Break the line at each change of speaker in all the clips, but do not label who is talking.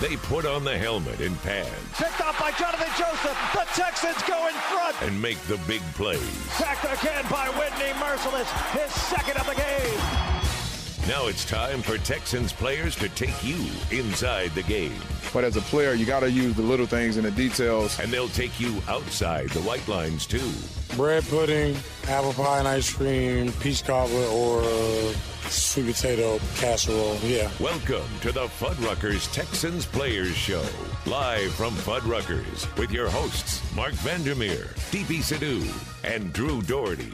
They put on the helmet and pads
Picked off by Jonathan Joseph. The Texans go in front.
and make the big plays.
Sacked again by Whitney Merciless. His second of the game.
Now it's time for Texans players to take you inside the game.
But as a player, you got to use the little things and the details.
And they'll take you outside the white lines, too.
bread pudding, apple pie and ice cream, peach cobbler, or uh, sweet potato casserole. Yeah.
Welcome to the Fuddruckers Texans Players Show, live from Fuddruckers with your hosts, Mark Vandermeer, DP Sidhu, and Drew Doherty.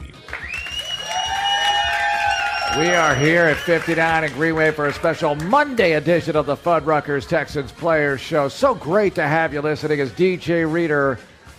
We are here at 59 in Greenway for a special Monday edition of the Fuddruckers Texans Players Show. So great to have you listening as DJ Reader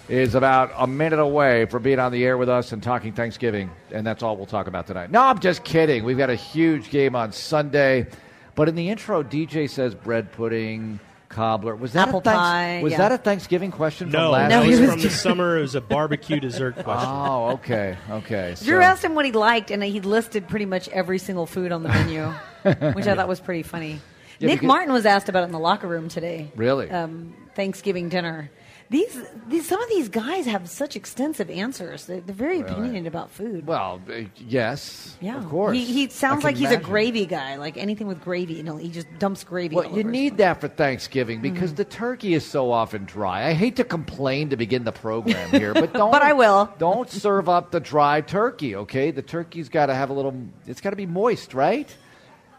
is about a minute away from being on the air with us and talking Thanksgiving. And that's all we'll talk about tonight. No, I'm just kidding. We've got a huge game on Sunday. But in the intro, DJ says bread pudding, cobbler. Was that
Apple
a thanks-
pie,
Was
yeah.
that a Thanksgiving question from
No,
last
No,
it
he
week?
was Uh-huh.
was
from the summer. It was a barbecue dessert question.
Oh, okay, okay.
Drew
so-
asked him what he liked, and he listed pretty much every single food on the menu, which I thought was pretty funny.
Yeah,
Nick
because-
Martin was asked about it in the locker room today.
Really?
Um, Thanksgiving dinner. These, these, some of these guys have such extensive answers. They're, they're very opinionated about food.
Well, uh, yes,
yeah,
of course.
He, he
I
sounds
can
like he's a
imagine.
gravy guy. Like anything with gravy, you know, he just dumps gravy.
Well,
all
you
over
need that for Thanksgiving
Mm-hmm.
because the turkey is so often dry. I hate to complain to begin the program here, but don't.
But I will.
Don't serve up the dry turkey, okay? The turkey's got to have a little. It's got to be moist, right?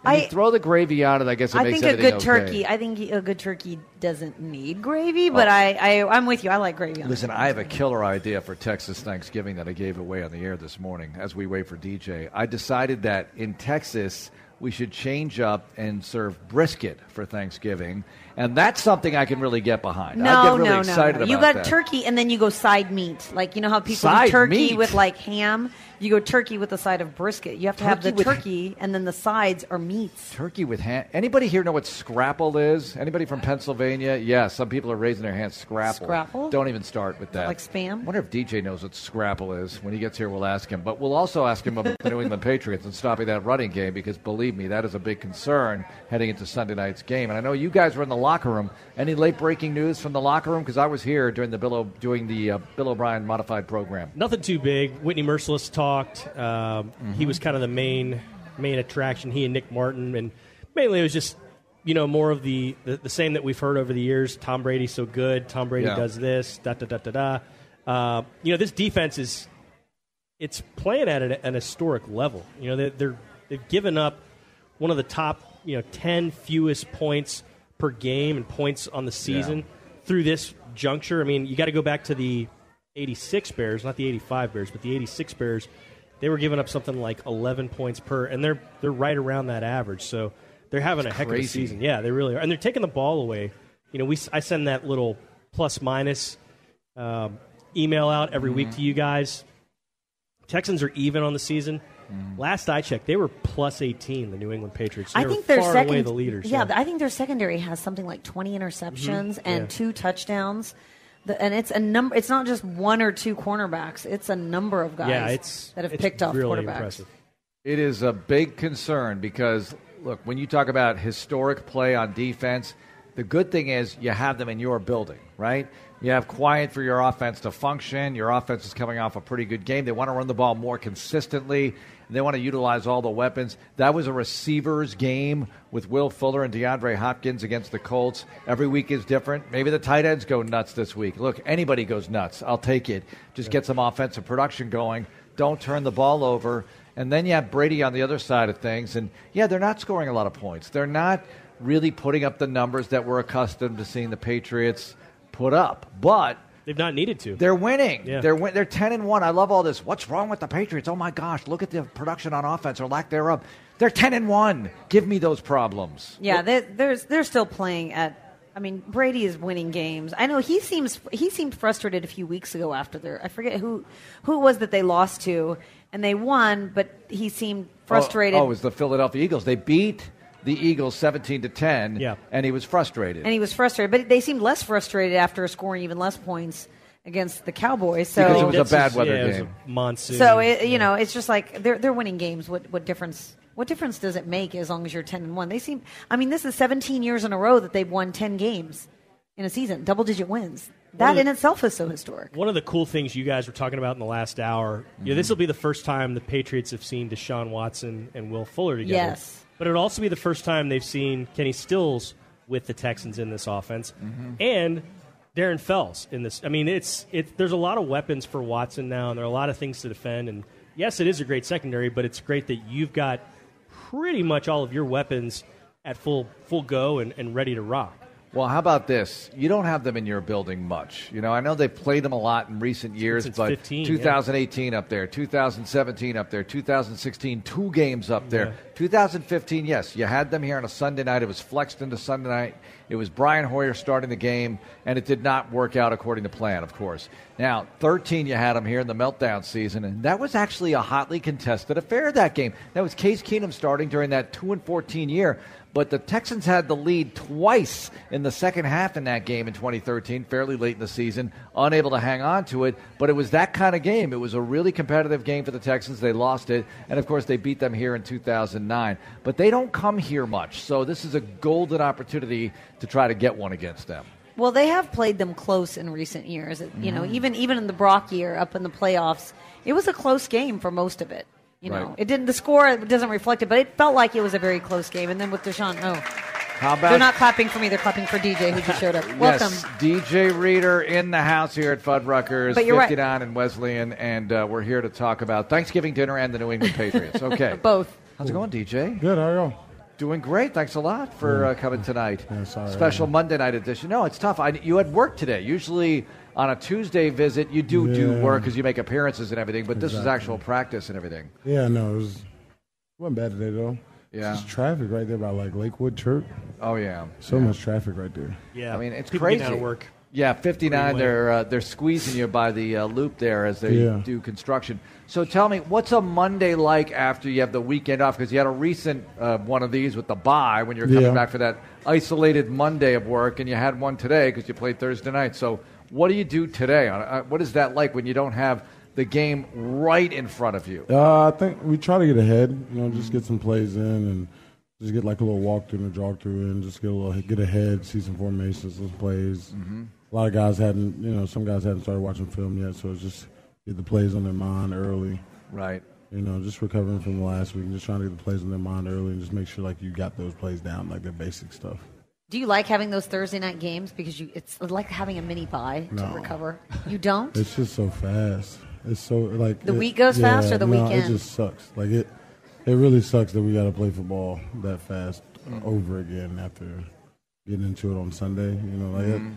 And you
I-
throw the gravy on it. I guess it
I
makes
think a
everything
good
okay. Oh.
turkey. I think a good turkey doesn't need gravy, but I, I, I'm with you. I like gravy. On
Listen,
it.
I have a killer idea for Texas Thanksgiving that I gave away on the air this morning as we wait for DJ. I decided that in Texas, we should change up and serve brisket for Thanksgiving. And that's something I can really get behind. I get really excited about
You got
that.
turkey, and then you go side meat. Like you know how people
Side
do turkey
meat?
with like ham. You go turkey with a side of brisket. You have to have
Turkey
the
with-
turkey, and then the sides are meats.
Turkey with ham. Anybody here know what scrapple is? Anybody from Pennsylvania? Yeah, some people are raising their hands. Scrapple.
Scrapple?
Don't even start with that.
like spam?
Wonder if DJ knows what scrapple is. When he gets here, we'll ask him. But we'll also ask him about the New England Patriots and stopping that running game because believe me, that is a big concern heading into Sunday night's game. And I know you guys were in the locker room. Any late breaking news from the locker room? Because I was here during the Bill o- doing the uh, Bill O'Brien modified program.
Nothing too big. Whitney Merciless talked. Um, He was kind of the main main attraction. He and Nick Martin, and mainly it was just you know more of the the, the same that we've heard over the years. Tom Brady's so good. Tom Brady
Yeah.
does this. Da da da da da. Uh, you know this defense is it's playing at an, an historic level. You know, they, they're they've given up one of the top you know ten fewest points per game and points on the season through this juncture. I mean, you got to go back to the '86 Bears, not the '85 Bears, but the '86 Bears. They were giving up something like 11 points per, and they're they're right around that average. So they're having a heck of a
crazy.
season. Yeah, they really are, and they're taking the ball away. You know, we s- I send that little plus minus um, email out every week to you guys. Texans are even on the season.
Mm-hmm.
Last I checked, they were plus 18, the New England Patriots. They
I
were
think their
far
second,
away the leaders.
Yeah, I think their secondary has something like 20 interceptions
Mm-hmm.
and
Yeah.
two touchdowns. The, and it's a number. It's not just one or two cornerbacks. It's a number of guys
Yeah, it's
that have
it's
picked off
really
quarterbacks.
Impressive.
It is a big concern because, look, when you talk about historic play on defense, the good thing is you have them in your building, right? You have quiet for your offense to function. Your offense is coming off a pretty good game. They want to run the ball more consistently. And they want to utilize all the weapons. That was a receivers game with Will Fuller and DeAndre Hopkins against the Colts. Every week is different. Maybe the tight ends go nuts this week. Look, anybody goes nuts. I'll take it. Just get some offensive production going. Don't turn the ball over. And then you have Brady on the other side of things. And yeah, they're not scoring a lot of points. They're not really putting up the numbers that we're accustomed to seeing the Patriots put up. But
They've not needed to.
they're winning.
Yeah.
They're win- they're ten and one. I love all this. What's wrong with the Patriots? Oh my gosh, look at the production on offense or lack thereof. They're ten and one. Give me those problems.
Yeah, they, there's they're still playing at. I mean, Brady is winning games. I know he seems he seemed frustrated a few weeks ago after their. I forget who who it was that they lost to, and they won, but he seemed frustrated.
Oh, oh, it was the Philadelphia Eagles. They beat the Eagles seventeen to ten.
Yeah.
and he was frustrated.
and he was frustrated, but they seemed less frustrated after scoring even less points against the Cowboys.
Because it
So,
was a
That's
bad
just-
weather
yeah, It was
game.
a monsoon.
so it, you know, it's just like they're they're winning games. What what difference What difference does it make as long as you're 10 and 1? They seem I mean this is 17 years in a row that they've won 10 games in a season, double digit wins. That in itself is so historic.
One of the cool things you guys were talking about in the last hour, you know, this will be the first time the Patriots have seen Deshaun Watson and Will Fuller together.
Yes.
But it'll also be the first time they've seen Kenny Stills with the Texans in this offense
Mm-hmm.
and Darren Fells in this. I mean, it's it, there's a lot of weapons for Watson now, and there are a lot of things to defend. And yes, it is a great secondary, but it's great that you've got pretty much all of your weapons at full full go and, and ready to rock.
Well, how about this? You don't have them in your building much. You know, I know they've played them a lot in recent years,
Since
but
15, yeah.
2018 up there, 2017 up there, 2016 two games up there.
Yeah.
2015, yes, you had them here on a Sunday night. It was flexed into Sunday night. It was Brian Hoyer starting the game, and it did not work out according to plan, of course. Now, 13, you had them here in the meltdown season, and that was actually a hotly contested affair. That game, that was Case Keenum starting during that two and 14 year. But the Texans had the lead twice in the second half in that game in 2013, fairly late in the season, unable to hang on to it. But it was that kind of game. It was a really competitive game for the Texans. They lost it. And of course, they beat them here in 2009. But they don't come here much. So this is a golden opportunity to try to get one against them.
Well, they have played them close in recent years. It- You know, even even in the Brock year up in the playoffs, it was a close game for most of it. You know,
Right.
it didn't. The score doesn't reflect it, but it felt like it was a very close game. And then with Deshaun, oh,
How about
they're not clapping for me. They're clapping for DJ who just showed up. Welcome.
Yes, DJ Reader in the house here at Fuddruckers,
But you're right.
59 and Wesleyan, and uh, we're here to talk about Thanksgiving dinner and the New England Patriots. Okay.
Both.
How's it going, DJ?
Good, how are you?
Doing great. Thanks a lot for uh, coming tonight.
sorry.
Special Monday night edition. No, it's tough. I, you had work today. Usually on a Tuesday visit, you do do
Yeah.
work because you make appearances and everything, but this was
Exactly.
actual practice and everything.
Yeah, no, it was wasn't bad today though.
Yeah.
It's just traffic right there by like Lakewood Church.
Oh, yeah.
So much traffic right there.
Yeah,
I mean, it's
People
crazy.
Get out of work.
Yeah, 59,
Freeway.
they're, uh, they're squeezing you by the uh, loop there as they
Yeah.
do construction. So tell me, what's a Monday like after you have the weekend off? Because you had a recent uh, one of these with the bye when you're coming
Yeah.
back for that isolated Monday of work, and you had one today because you played Thursday night. So what do you do today? Uh, what is that like when you don't have the game right in front of you?
Uh, I think we try to get ahead, you know, just get some plays in and just get like a little walk through and a jog through and just get a little get ahead, see some formations, some plays. Mm-hmm. A lot of guys hadn't, you know, some guys hadn't started watching film yet, so it's just get the plays on their mind early.
Right.
You know, just recovering from the last week and just trying to get the plays on their mind early and just make sure like you got those plays down, like the basic stuff.
Do you like having those Thursday night games because you it's like having a mini bye
No.
to recover? You don't.
It's just so fast. It's so like
The week goes fast or the
no,
weekend?
It just sucks. Like it, it really sucks that we got to play football that fast over again after getting into it on Sunday. You know, like
Mm-hmm.
it,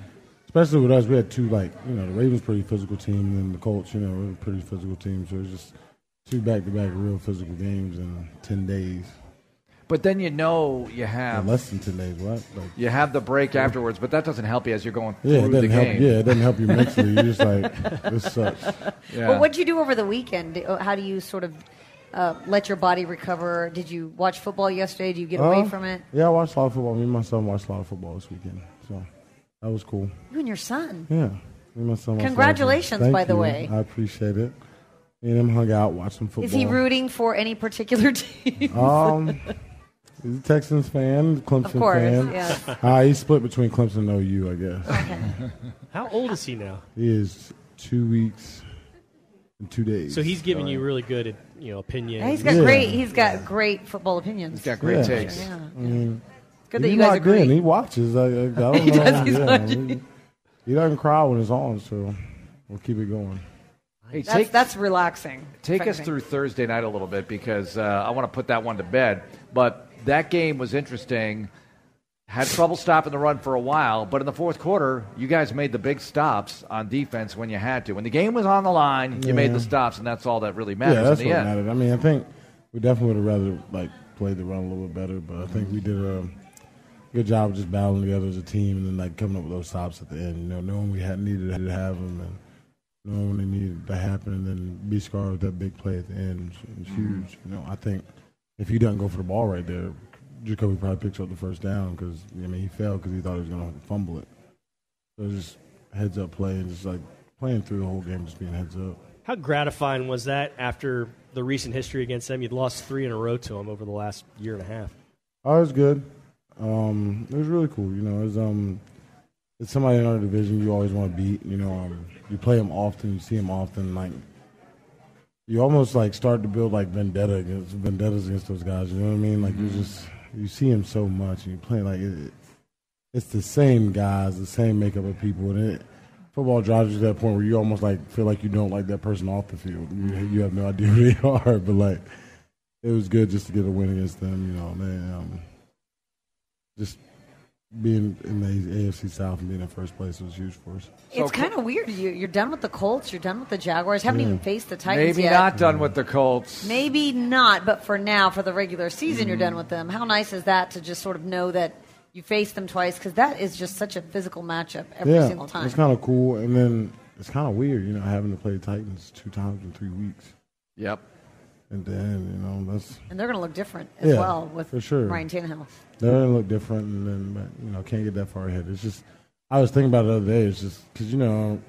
especially with us, we had two like you know the Ravens pretty physical team and then the Colts. You know, we're a pretty physical team. So it's just two back to back real physical games in ten days,
But then you know you have.
less than ten days. What? Like,
you have the break afterwards, but that doesn't help you as you're going through
yeah, it
the
doesn't help.
game.
Yeah, it doesn't help you mentally. You're just like, this sucks.
Yeah.
Well, what'd you do over the weekend? Do- How do you sort of uh, let your body recover? Did you watch football yesterday? Do you get
Uh,
away from it?
Yeah, I watched a lot of football. Me and my son watched a lot of football this weekend, so that was cool.
You and your son.
Yeah, me and my son. watched a lot of football.
Congratulations,
Thank
by the
you.
way.
I appreciate it. Me and him hung out, watched some football.
Is he rooting for any particular team?
Um, he's a Texans fan, Clemson
Of course,
fan.
yes.
Uh, he's split between Clemson and OU, I guess.
How old is he now?
He is two weeks and two days.
So he's giving you really good, you know, opinion.
Yeah, he's got
Yeah.
great. He's got great football opinions.
He's got great
Yeah.
takes.
Yeah. It's
He's
good that you guys
locked in.
agree.
He watches. I, I, I don't know.
does, he's
Yeah,
watching.
he- he doesn't cry when it's on, so we'll keep it going.
Hey,
That's,
take,
that's relaxing.
Take us
frankly.
through Thursday night a little bit because uh, I want to put that one to bed. But that game was interesting. Had trouble stopping the run for a while, but in the fourth quarter, you guys made the big stops on defense when you had to. When the game was on the line, you made the stops, and that's all that really matters
Yeah, that's
in
what
the end.
mattered. I mean, I think we definitely would have rather like played the run a little bit better, but I think we did a good job of just battling together as a team and then like coming up with those stops at the end. You know, knowing we had needed to have them and knowing when they needed to happen, and then be scarred with that big play at the end is
Mm-hmm.
huge. You know, I think if he doesn't go for the ball right there, Jacoby probably picks up the first down because I mean he fell because he thought he was going to fumble it. So just heads up play and just like playing through the whole game, just being heads up.
How gratifying was that after the recent history against them? You'd lost three in a row to them over the last year and a half.
Oh, it was good. Um, it was really cool. You know, it was, um, it's somebody in our division you always want to beat. You know, um, you play them often, you see them often. Like you almost like start to build like vendetta against vendettas against those guys. You know what I mean? Like you just you see them so much, and you play like it, it's the same guys, the same makeup of people, and it. Football drives you to that point where you almost like feel like you don't like that person off the field. You, you have no idea who they are, but like it was good just to get a win against them. You know, they um, just being in the AFC South and being in first place was huge for us.
it's kind of weird. You, you're done with the Colts. You're done with the Jaguars. Haven't even faced the Titans
Maybe
yet.
not done with the Colts.
Maybe not, but for now, for the regular season, you're done with them. How nice is that to just sort of know that you faced them twice? Because that is just such a physical matchup every
yeah,
single time.
it's kind of cool, and then it's kind of weird, you know, having to play the Titans two times in three weeks,
Yep.
and then you know that's
and they're going to look different as
Yeah,
well with
for sure.
Ryan Tannehill.
they're gonna look different, and then but, you know can't get that far ahead. It's just I was thinking about it the other day. It's just because you know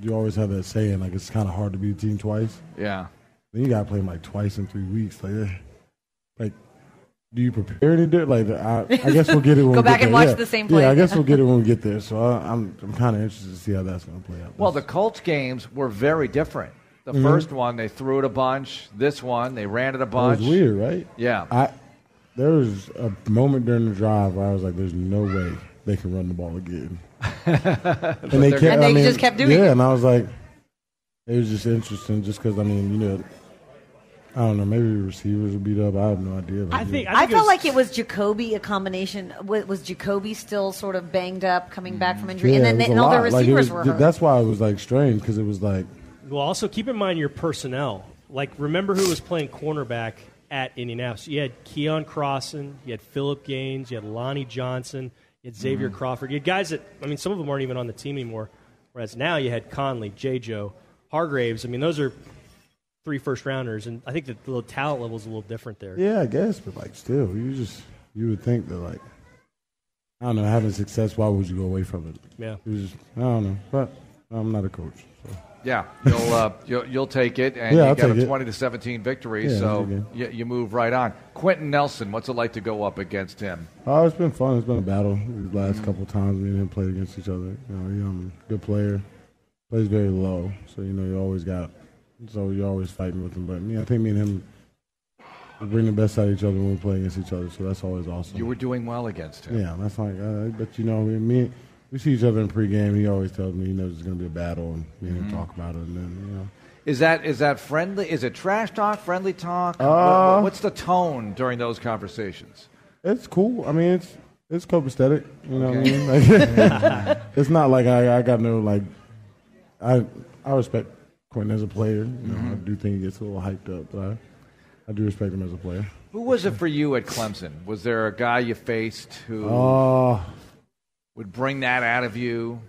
you always have that saying like it's kind of hard to beat a team twice.
Yeah.
Then you got to play 'em, like twice in three weeks. Like, eh, like, do you prepare to do it? Like, I, I guess we'll get it. When
Go
we
back
get
and
there.
watch
Yeah.
the same
Yeah,
play.
I guess we'll get it when we get there. So I, I'm, I'm kind of interested to see how that's going to play out.
Well, the Colts games were very different. The
Mm-hmm.
first one they threw it a bunch. This one they ran it a
That
bunch.
was weird, right?
Yeah.
I there was a moment during the drive where I was like, "There's no way they can run the ball again," and they kept.
And
I
they
mean,
just kept doing
Yeah,
it.
and I was like, it was just interesting, just because I mean, you know, I don't know, maybe the receivers were beat up. I have no idea. Like,
I think
I, felt like it was Jacoby, a combination. wa- Was Jacoby still sort of banged up coming back from injury? and
it
then
was
they-
a
and all their
lot. Like, it
receivers
was-
were
th-
hurt.
That's why it was like strange because it was like
Well, also keep in mind your personnel. Like, remember who was playing cornerback at Indianapolis? You had Keon Crossan, you had Philip Gaines, you had Lonnie Johnson, you had Xavier Crawford. You had guys that, I mean, some of them aren't even on the team anymore. Whereas now you had Conley, J. Joe, Hargraves. I mean, those are three first rounders, and I think the little talent level is a little different there.
yeah, I guess, but like still, you just you would think that like I don't know, having success, why would you go away from it?
Yeah.
it was just, I don't know, but I'm not a coach. So.
Yeah, you'll, uh, you'll you'll take it, and
Yeah,
you
I'll
got
take
a
it.
twenty to seventeen victory,
Yeah, I'll
so
take it.
you, you move right on. Quentin Nelson, what's it like to go up against him?
Oh, it's been fun. It's been a battle these last couple times. Me and him played against each other. You know, he um good player, plays very low, so you know you always got, so you're always fighting with him. But me, I think me and him we bring the best out of each other when we play against each other. So that's always awesome.
You were doing well against him.
Yeah, that's like, uh, but you know, we, me, we see each other in pregame. He always tells me he knows it's going to be a battle, and me and him
Mm-hmm.
talk about it, and then you know.
Is that is that friendly? Is it trash talk, friendly talk? What-
Uh,
what's the tone during those conversations?
It's cool. I mean, it's it's copacetic. You know
Okay.
what I mean? Like, it's not like I, I got no like. I I respect Quentin as a player. You know, I
Mm-hmm.
do think he gets a little hyped up, but I, I do respect him as a player.
Who was it for you at Clemson? Was there a guy you faced who
Uh,
would bring that out of you?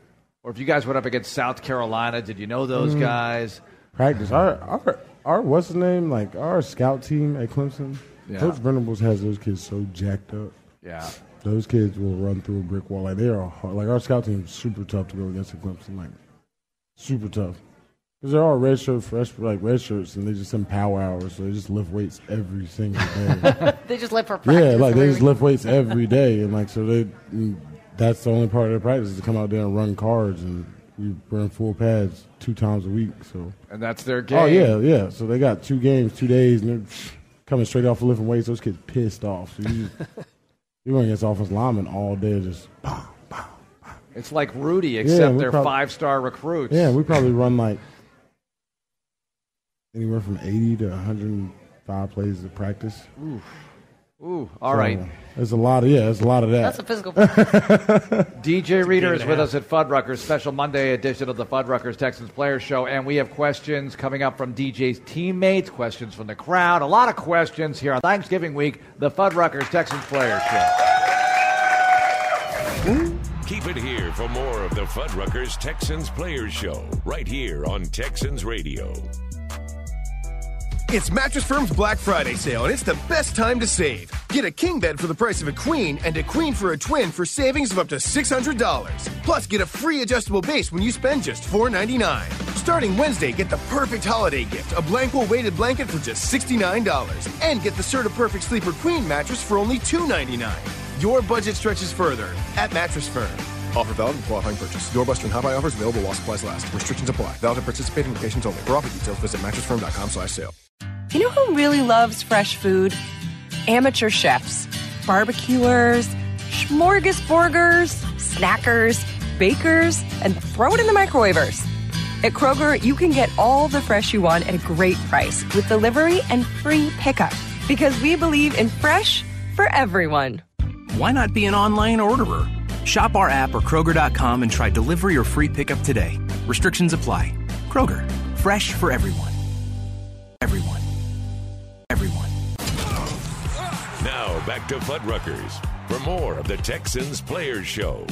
Or if you guys went up against South Carolina, did you know those
Mm.
guys?
practice. Our our our what's the name? Like our scout team at Clemson.
Yeah.
Coach Venables has those kids so jacked up.
Yeah.
Those kids will run through a brick wall. Like they are hard. Like our scout team is super tough to go against at Clemson. Like super tough because they're all redshirt, fresh like red shirts, and they just in power hours, so they just lift weights every single day.
They just live for practice.
yeah, like they
really.
just lift weights every day, and like so they. That's the only part of their practice is to come out there and run cards, and we run full pads two times a week. So
And that's their game.
Oh yeah, yeah. So they got two games, two days, and they're coming straight off of lifting weights. Those kids pissed off. So you, you run against offensive linemen all day, just bah, bah.
It's like Rudy, except
we
they're
prob-
five star recruits.
yeah. We probably run like anywhere from eighty to one hundred and five plays of practice.
Ooh, all right.
There's a lot of yeah. It's a lot of that.
That's a physical. practice.
DJ Reader is
and a
with
half.
us at Fuddruckers, special Monday edition of the Fuddruckers Texans Players Show, and we have questions coming up from DJ's teammates, questions from the crowd, a lot of questions here on Thanksgiving week, the Fuddruckers Texans Players Show.
Keep it here for more of the Fuddruckers Texans Players Show, right here on Texans Radio.
It's Mattress Firm's Black Friday sale, and it's the best time to save. Get a king bed for the price of a queen and a queen for a twin for savings of up to $600. Plus, get a free adjustable base when you spend just $4.99. Starting Wednesday, get the perfect holiday gift a Blanco weighted blanket for just $69. And get the Serta Perfect Sleeper Queen mattress for only $299. Your budget stretches further at Mattress Firm. Offer valid on qualifying purchase. Doorbuster and hot buy offers available while supplies last. Restrictions apply. Valid at participating locations only. For offer details, visit mattressfirm.com slash sale.
You know who really loves fresh food? Amateur chefs, barbecuers, smorgasborders, snackers, bakers, and throw it in the microwavers. At Kroger, you can get all the fresh you want at a great price with delivery and free pickup because we believe in fresh for everyone.
Why not be an online orderer? Shop our app or Kroger.com and try delivery or free pickup today. Restrictions apply. Kroger, fresh for everyone. Everyone. Everyone.
Now back to Fuddruckers for more of the Texans Players Show.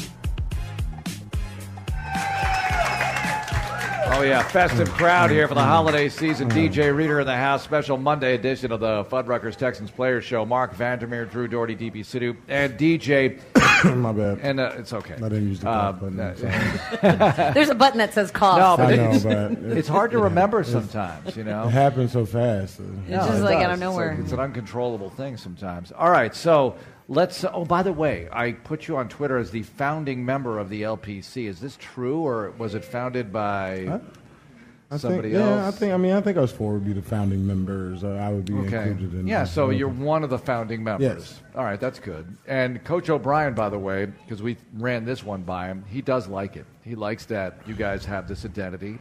Oh yeah, festive crowd here for the holiday season. DJ Reader in the house. Special Monday edition of the Fuddruckers Texans Players Show. Mark Vandermeer, Drew Doherty, DP Sidhu, and DJ.
My bad.
And uh, it's okay.
I didn't use the
Uh,
cough button.
no,
sorry.
There's a button that says cough.
No, but
I
it-
know,
it's,
but it-
it's hard to remember sometimes, you
It
know.
happened so fast.
No,
just
it
like out of
does. It's
nowhere.
It's, an uncontrollable thing sometimes. All right, so let's. Oh, by the way, I put you on Twitter as the founding member of the LPC. Is this true, or was it founded by?
I
Somebody
think, Yeah, I
else?
think. I mean, I think us four would be the founding members. Uh, I would be
Okay.
included in.
Yeah, so you're one of the founding members.
Yes.
All right, that's good. And Coach O'Brien, by the way, because we ran this one by him, he does like it. He likes that you guys have this identity.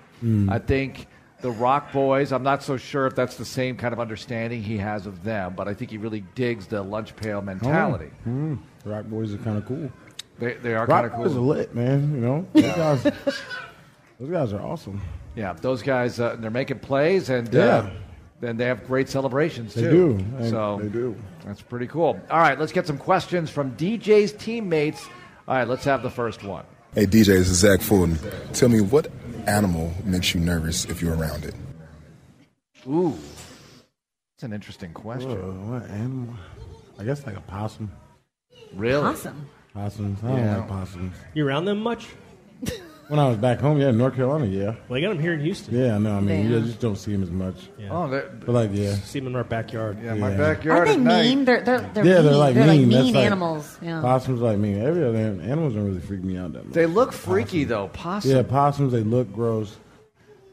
I think the Rock Boys, I'm not so sure if that's the same kind of understanding he has of them, but I think he really digs the lunch pail mentality.
Rock boys are kind of cool.
They, they are kind
Rock
of
boys are
cool.
lit, man. You know, those guys. those guys are awesome.
yeah, those guys, uh, they're making plays and.
Yeah.
Uh, then they have great celebrations
They
too.
do. They-
so
they do.
That's pretty cool. All right, let's get some questions from DJ's teammates. All right, let's have the first one.
Hey DJ, this is Zach Fulton. Tell me what animal makes you nervous if you're around it?
Ooh, that's an interesting question.
Uh, what animal? I guess like a possum.
Really?
Awesome.
Possums. I don't
Yeah.
like possums.
You around them much?
When I was back home, yeah, in North Carolina, yeah,
Well, I got them here in Houston.
yeah. No, I mean,
Yeah.
you just don't see them as much.
Oh, they're,
But like, yeah,
See them in our backyard.
yeah, my
Yeah.
backyard.
Aren't they
at night.
mean? They're, they're, they're
yeah,
mean.
they're like
they're
mean.
like
That's
mean
like-
animals. Yeah.
Possums are like mean. Every other an- animals don't really freak me out that much.
They look freaky though. Possum.
yeah, possums. They look gross.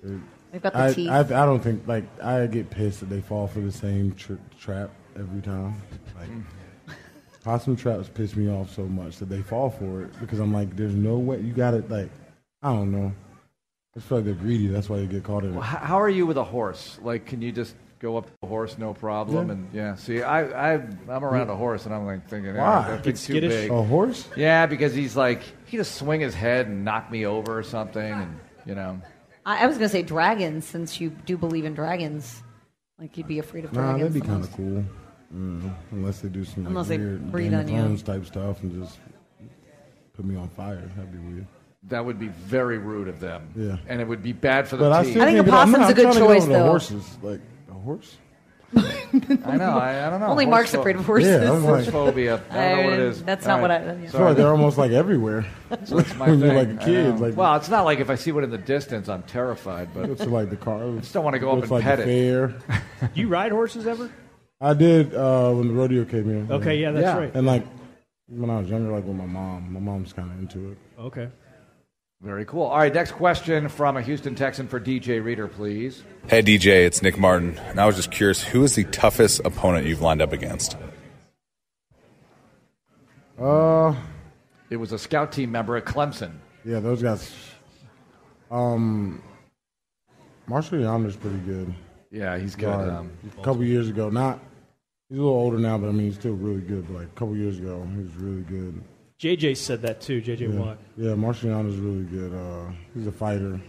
They've got the
I,
teeth.
I, I don't think like I get pissed that they fall for the same tr- trap every time. Like possum traps piss me off so much that they fall for it because I'm like, there's no way you got it. Like I don't know. I just feel like they're greedy. That's why they get caught in
H-
it.
How are you with a horse? Like, can you just go up to a horse, no problem?
Yeah.
And yeah, see, I, I, I'm around a horse, and I'm like thinking,
Why? Oh,
yeah, that
Get
thing's too
skittish?
big.
A horse?
Yeah, because he's like, he just swing his head and knock me over or something, and you know.
I, I was going to say dragons, since you do believe in dragons. Like you'd be afraid of
Nah,
dragons.
that'd be kind of
almost.
cool. Mm, unless they do some like,
Unless they
weird
breed
Game
on
of
you.
Thrones type stuff and just put me on fire. That'd be weird.
That would be very rude of them,
Yeah.
and it would be bad for the
But I,
team.
still
I think a
can't get over- I'm
possum's
not-
a
I'm
good
trying to get
choice,
over the
though.
Horses, like a horse.
I know. I, I don't know.
Only
Horse
Mark's
pho-
afraid of horses.
Yeah, I'm
Horse
like-
phobia. I don't know what it
I-
is.
that's
All
not what
right.
I- yeah.
I feel like they're almost like everywhere.
So that's my
when you're
thing.
like a
I
kid,
know.
like-
well, it's not like if I see one in the distance, I'm terrified. But
It's like the car. I
just don't wanna go up and
like
pet
the
it.
Fair.
Do you ride horses ever?
I did uh, when the rodeo came in.
Okay, yeah, that's
Yeah.
right.
And like when I was younger, like with my mom. My mom's kind of into it.
Okay.
very cool. All right, next question from a Houston Texan for DJ Reader, please.
Hey DJ, it's Nick Martin, and I was just curious who is the toughest opponent you've lined up against?
Uh,
It was a scout team member at Clemson.
yeah, those guys. Um, Marshall Yonder's pretty good.
Yeah, he's good.
Guard.
Um,
a couple years ago, not. He's a little older now, but I mean, he's still really good. But like a couple years ago, he was really good.
JJ said that too. JJ Watt.
Yeah, Marciano's really good. Uh, he's a fighter.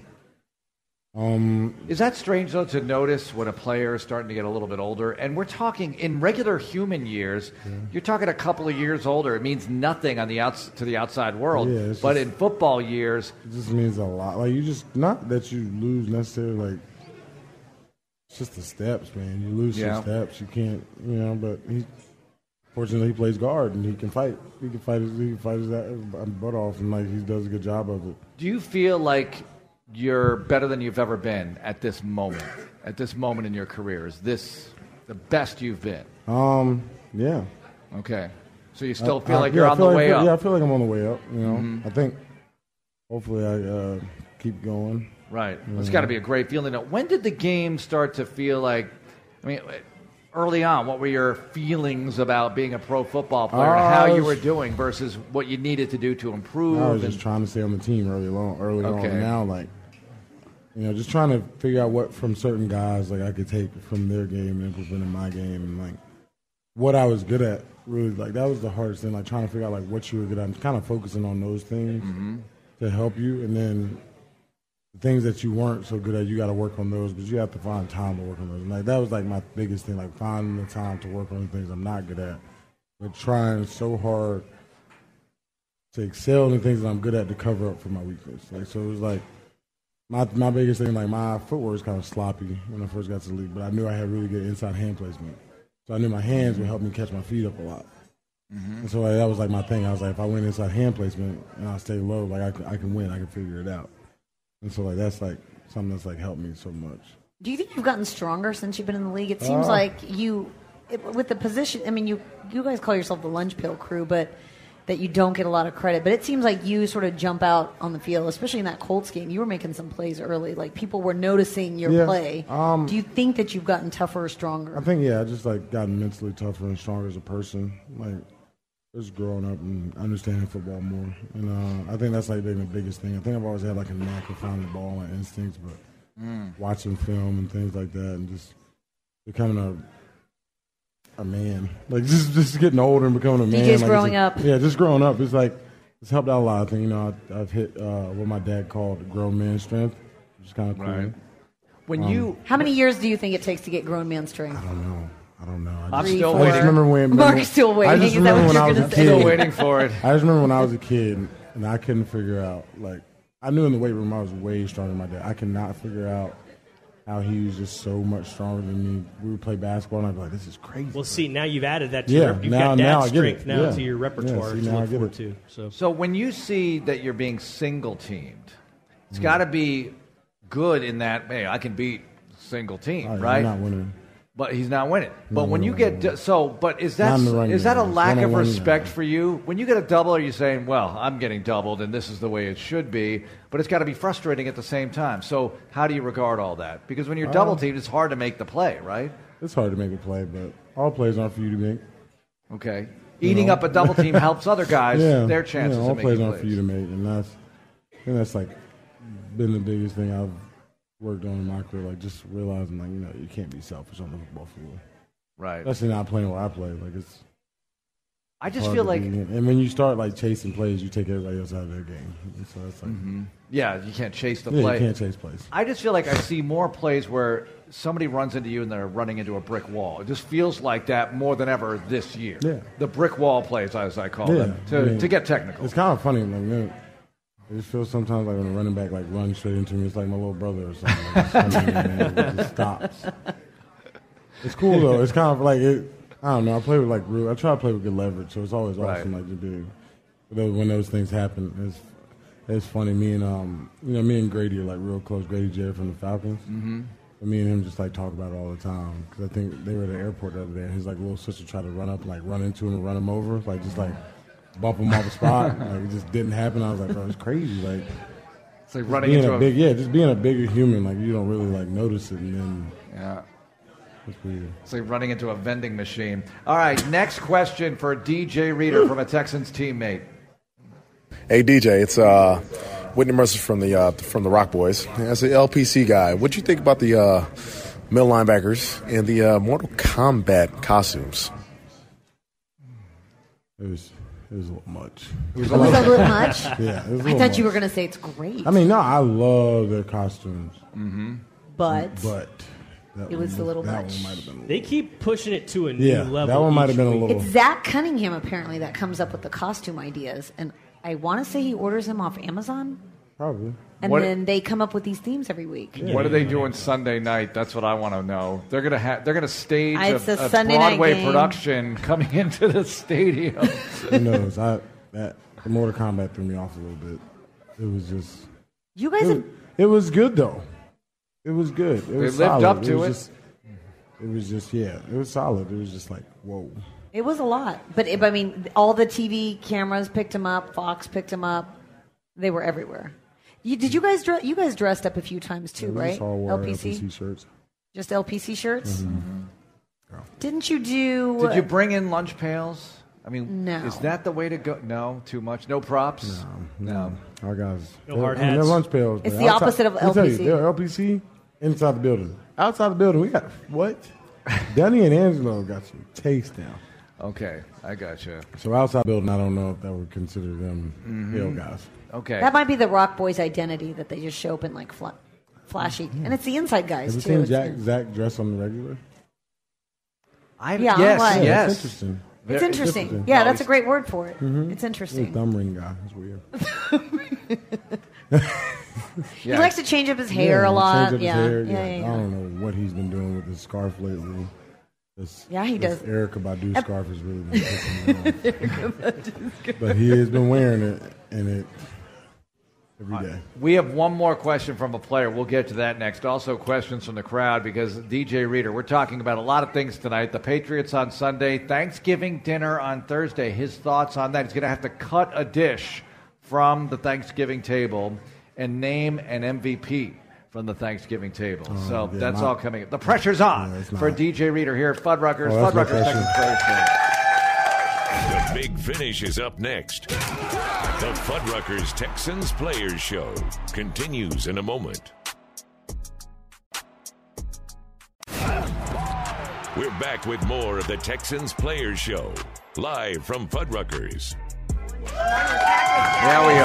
Um,
is that strange though to notice when a player is starting to get a little bit older? And we're talking in regular human years. You're talking a couple of years older. It means nothing on the outs- to the outside world.
Yeah, it's
but
just-
in football years,
it just means a lot. Like you just not that you lose necessarily. Like it's just the steps, man. You lose
Yeah.
some steps. You can't, you know. But he, fortunately, he plays guard and he can fight. He um, can fight his he can fight his a- butt off, and like he does a good job of it.
Do you feel like you're better than you've ever been at this moment, at this moment in your career? Is this the best you've been?
Um, yeah.
Okay. So you still
I-
feel
I-
like
yeah,
you're
I
on the
feel like-
way up?
Yeah, I feel like I'm on the way up. You know,
Mhm.
I think hopefully I uh, keep going.
Right.
You
It's
know.
got to be a great feeling. Now, When did the game start to feel like, I mean, early on, what were your feelings about being a pro football player,
Uh,
and how
I
you
was-
were doing versus what you needed to do to improve?
I was
and-
just trying to stay on the team early on, early on.
Okay.
And Now, like, you know, just trying to figure out what from certain guys like I could take from their game and implement in my game, and like what I was good at. Really, like that was the hardest thing. Like trying to figure out like what you were good at. and Kind of focusing on those things
Mm-hmm.
to help you, and then the things that you weren't so good at, you got to work on those. But you have to find time to work on those. And like that was like my biggest thing. Like finding the time to work on the things I'm not good at, but trying so hard to excel in the things that I'm good at to cover up for my weakness. Like so, it was like my my biggest thing. Like my footwork was kind of sloppy when I first got to the league, but I knew I had really good inside hand placement. So I knew my hands would help me catch my feet up a lot. And so like, that was like my thing. I was like, if I went inside hand placement and I stay low, like I can, I can win. I can figure it out. And so like that's like something that's like helped me so much.
Do you think you've gotten stronger since you've been in the league? It seems
Uh.
like you, it, with the position. I mean, you you guys call yourself the lunch pill crew, but that you don't get a lot of credit. But it seems like you sort of jump out on the field, especially in that Colts game. You were making some plays early, like people were noticing your
Yeah, Um,
play. Do you think that you've gotten tougher or stronger?
I think yeah, I just like gotten mentally tougher and stronger as a person. Like just growing up and understanding football more. And uh, I think that's like been the biggest thing. I think I've always had like a knack of finding the ball and instincts, but
Mm.
watching film and things like that, and just becoming a a man. Like just just getting older and becoming a man.
DJ's
like,
growing
it's a-
up.
Yeah, just growing up. It's like it's helped out a lot. I think you know I, I've hit uh, what my dad called grown man strength, which is kind of cool.
Right. When
Um,
you
How many years do you think it takes to get grown man strength?
I don't know. I don't know. I
I'm
just-
still
I just
waiting.
remember when
Mark's
remember-
still waiting.
I just
Is that
remember
what
when
you're
I was
gonna
a
say?
kid.
Still waiting for it.
I just remember when I was a kid and I couldn't figure out like I knew in the weight room I was way stronger than my dad. I could not figure out how he was just so much stronger than me. We would play basketball and I'd be like, "This is crazy."
Well, see, now you've added that to
Yeah,
your, you've
now-
got dad
now I get
strength
it.
now
Yeah.
to your
Yeah,
repertoire
see,
to
now I
look
get
forward
it.
to. So
So when you see that you're being single teamed, it's got
Mm.
to be good in that, hey, I can beat single team,
Like, I'm
right?
Oh, not winning.
but he's not winning. But
No,
when
no,
you
no,
get
no.
d- so, but is that
Mm. Not in the running
is that a
game. It's
lack of
one-on-one now.
respect for you? When you get a double, are you saying, "Well, I'm getting doubled, and this is the way it should be"? But it's got to be frustrating at the same time. So, how do you regard all that? Because when you're
Um,
double teamed, it's hard to make the play, right?
It's hard to make a play, but all plays aren't for you to make.
Okay,
You
eating
know?
up a double team helps other guys
Yeah,
their chances
Yeah,
of
all
making
plays
plays.
aren't for you to make, and that's I think that's like been the biggest thing I've worked on in my career. Like just realizing, like you know, you can't be selfish on the football field.
Right.
Especially not playing where I play. Like it's.
I just
hard
feel
to
like
be in. and when you start like chasing plays, you take everybody else out of their game. And so it's like,
Mm-hmm. Yeah, you can't chase the
Yeah, you
play.
can't chase plays.
I just feel like I see more plays where somebody runs into you and they're running into a brick wall. It just feels like that more than ever this year.
Yeah.
The brick wall plays, as I call them, Oh, to,
I mean,
to get technical.
It's kind of funny. Like, man, it just feels sometimes like when a running back like runs straight into me. It's like my little brother or something. Like, it's funny, man, it just stops. It's cool though. It's kind of like it. I don't know. I play with like real. I try to play with good leverage, so it's always
Right.
awesome. Like to be those- when those things happen. It's it's funny. Me and um, you know, me and Grady are like real close. Grady Jarrett from the Falcons.
Mhm.
And me and him just like talk about it all the time because I think they were at the airport the other day. And his like little sister tried to run up, and, like run into him and run him over, like just like bump him off the spot. like it just didn't happen. I was like, bro, it's crazy. Like
It's like running
being
into
a
a-
big, yeah, just being a bigger human. Like you don't really like notice it, and then
yeah.
it's weird.
It's like running into a vending machine. All right, next question for DJ Reader from a Texans teammate.
Hey DJ, it's uh, Whitney Mercer from the uh, from the Rock Boys. As an LPC guy, what do you think about the uh, middle linebackers and the uh, Mortal Kombat costumes?
It was it was a little much.
It was
a little- It was a little much?
yeah, it
I
was a
thought
little
you were
much.
going to say it's great.
I mean, no, I love their costumes,
Mhm. But-
but that
It was
one-
a little
that
much.
One might have been a
they keep pushing it to a new
Yeah,
level.
that one might
each
have been a
week.
little-
It's Zach Cunningham apparently that comes up with the costume ideas, and I want to say he orders them off Amazon,
probably.
and
What-
then they come up with these themes every week.
what are they doing Sunday night? That's what I want to know. They're gonna ha- they're gonna stage a,
Ah, It's a
a
Sunday night
Broadway
game.
production coming into the stadium.
Who knows? I that the Mortal Kombat threw me off a little bit. It was just
You guys
It, it was good though. It was good. It
They
was
lived
solid.
up to
was
it.
just- it was just yeah. It was solid. It was just like whoa.
It was a lot, but it, I mean, all the TV cameras picked him up. Fox picked him up. They were everywhere. You, did you guys dre- you guys dressed up a few times too,
We
right?
just all wore LPC, shirts.
just LPC shirts. Mm-hmm.
Mhm.
Didn't you do? uh,
Did you bring in lunch pails? I mean,
No.
is that the way to go? No, too much. No props. No,
Our guys.
No hard
I mean,
hats.
They're lunch pails.
It's
man.
the opposite of
let me tell
LPC.
You, they're LPC inside the building. Outside the building, we got what? Danny and Angelo got you taste down.
Okay, I gotcha.
So outside building, I don't know if that would consider them
Mhm.
real guys.
Okay.
That might be the Rock Boys identity that they just show up in like fla- flashy, and it's the inside guys
Have you
too.
seen
It's
Mm-hmm. Jack
the-
Zach dress on the regular?
I
Yeah, I'm
yes,
like-
Yeah,
yes.
that's interesting.
It's
Very
interesting.
interesting.
Yeah,
No,
that's
he's-
a great word for it.
Mhm.
It's
He's a
interesting.
thumb ring guy. It's weird.
He likes to change up his hair
Yeah,
a
he
lot.
changes his
yeah.
hair,
yeah, yeah,
I
yeah.
don't know what he's been doing with his scarf lately. This,
Yeah, he
this
does.
Erica Badu's
Ep-
scarf has really been pissing me
off.
but he has been wearing it, and it every day.
We have one more question from a player. We'll get to that next. Also, questions from the crowd because DJ Reader, we're talking about a lot of things tonight. The Patriots on Sunday, Thanksgiving dinner on Thursday. His thoughts on that. He's going to have to cut a dish from the Thanksgiving table and name an MVP from the Thanksgiving table.
Oh,
so
yeah,
that's
my-
all coming up. The pressure's on
Yeah, it's
for
not.
DJ Reader here at Fuddruckers.
Oh, that's no
Fuddruckers
pressure.
Texas Players Club.
The big finish is up next. The Fuddruckers Texans Players Show continues in a moment. We're back with more of the Texans Players Show, live from Fuddruckers.
Yeah, we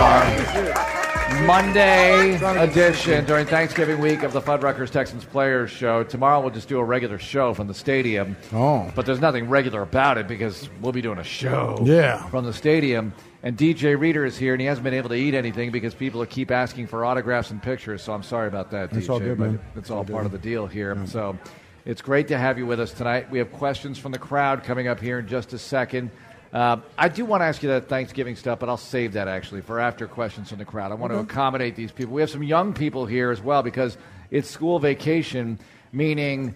are. Monday edition during Thanksgiving week of the Fuddruckers Texans Players Show. Tomorrow we'll just do a regular show from the stadium.
Oh.
But there's nothing regular about it because we'll be doing a show
Yeah.
from the stadium. And DJ Reader is here, and he hasn't been able to eat anything because people keep asking for autographs and pictures. So I'm sorry about that,
That's
DJ.
all good,
but
man.
It's all part of the deal here. So it's great to have you with us tonight. We have questions from the crowd coming up here in just a second. Uh, I do want to ask you that Thanksgiving stuff, but I'll save that actually for after questions from the crowd. I want
Okay.
to accommodate these people. We have some young people here as well because it's school vacation, meaning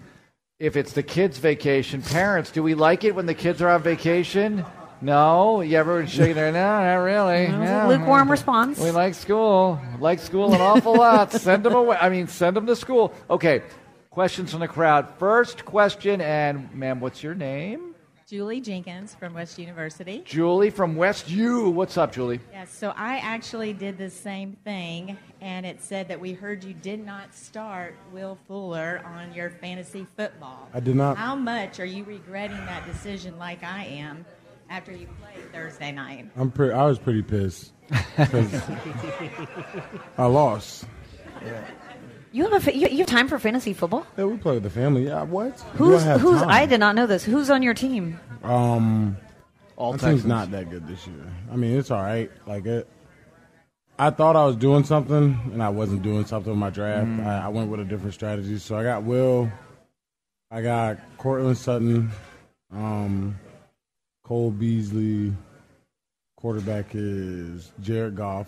if it's the kids' vacation, parents, do we like it when the kids are on vacation? No, you ever shaking their no, not really.
That was
no.
a lukewarm response.
We like school. Like school an awful lot. Send them away. I mean, send them to school. Okay. Questions from the crowd. First question, and ma'am, what's your name?
Julie Jenkins from West University.
Julie from West U. What's up, Julie?
Yes, so I actually did the same thing, and it said that we heard you did not start Will Fuller on your fantasy football.
I did not.
How much are you regretting that decision, like I am, after you played Thursday night?
I'm pretty. I was pretty pissed 'cause I lost.
You have a fa- you, you have time for fantasy football?
Yeah, we play with the family. Yeah, what? Do
Who's
I have
who's?
time?
I did not know this. Who's on your team?
Um,
All
my
Texans.
team's not that good this year. I mean, it's all right. Like it, I thought I was doing something, and I wasn't doing something in my draft.
Mm.
I, I went with a different strategy. So I got Will, I got Cortland Sutton, um, Cole Beasley. Quarterback is Jared Goff.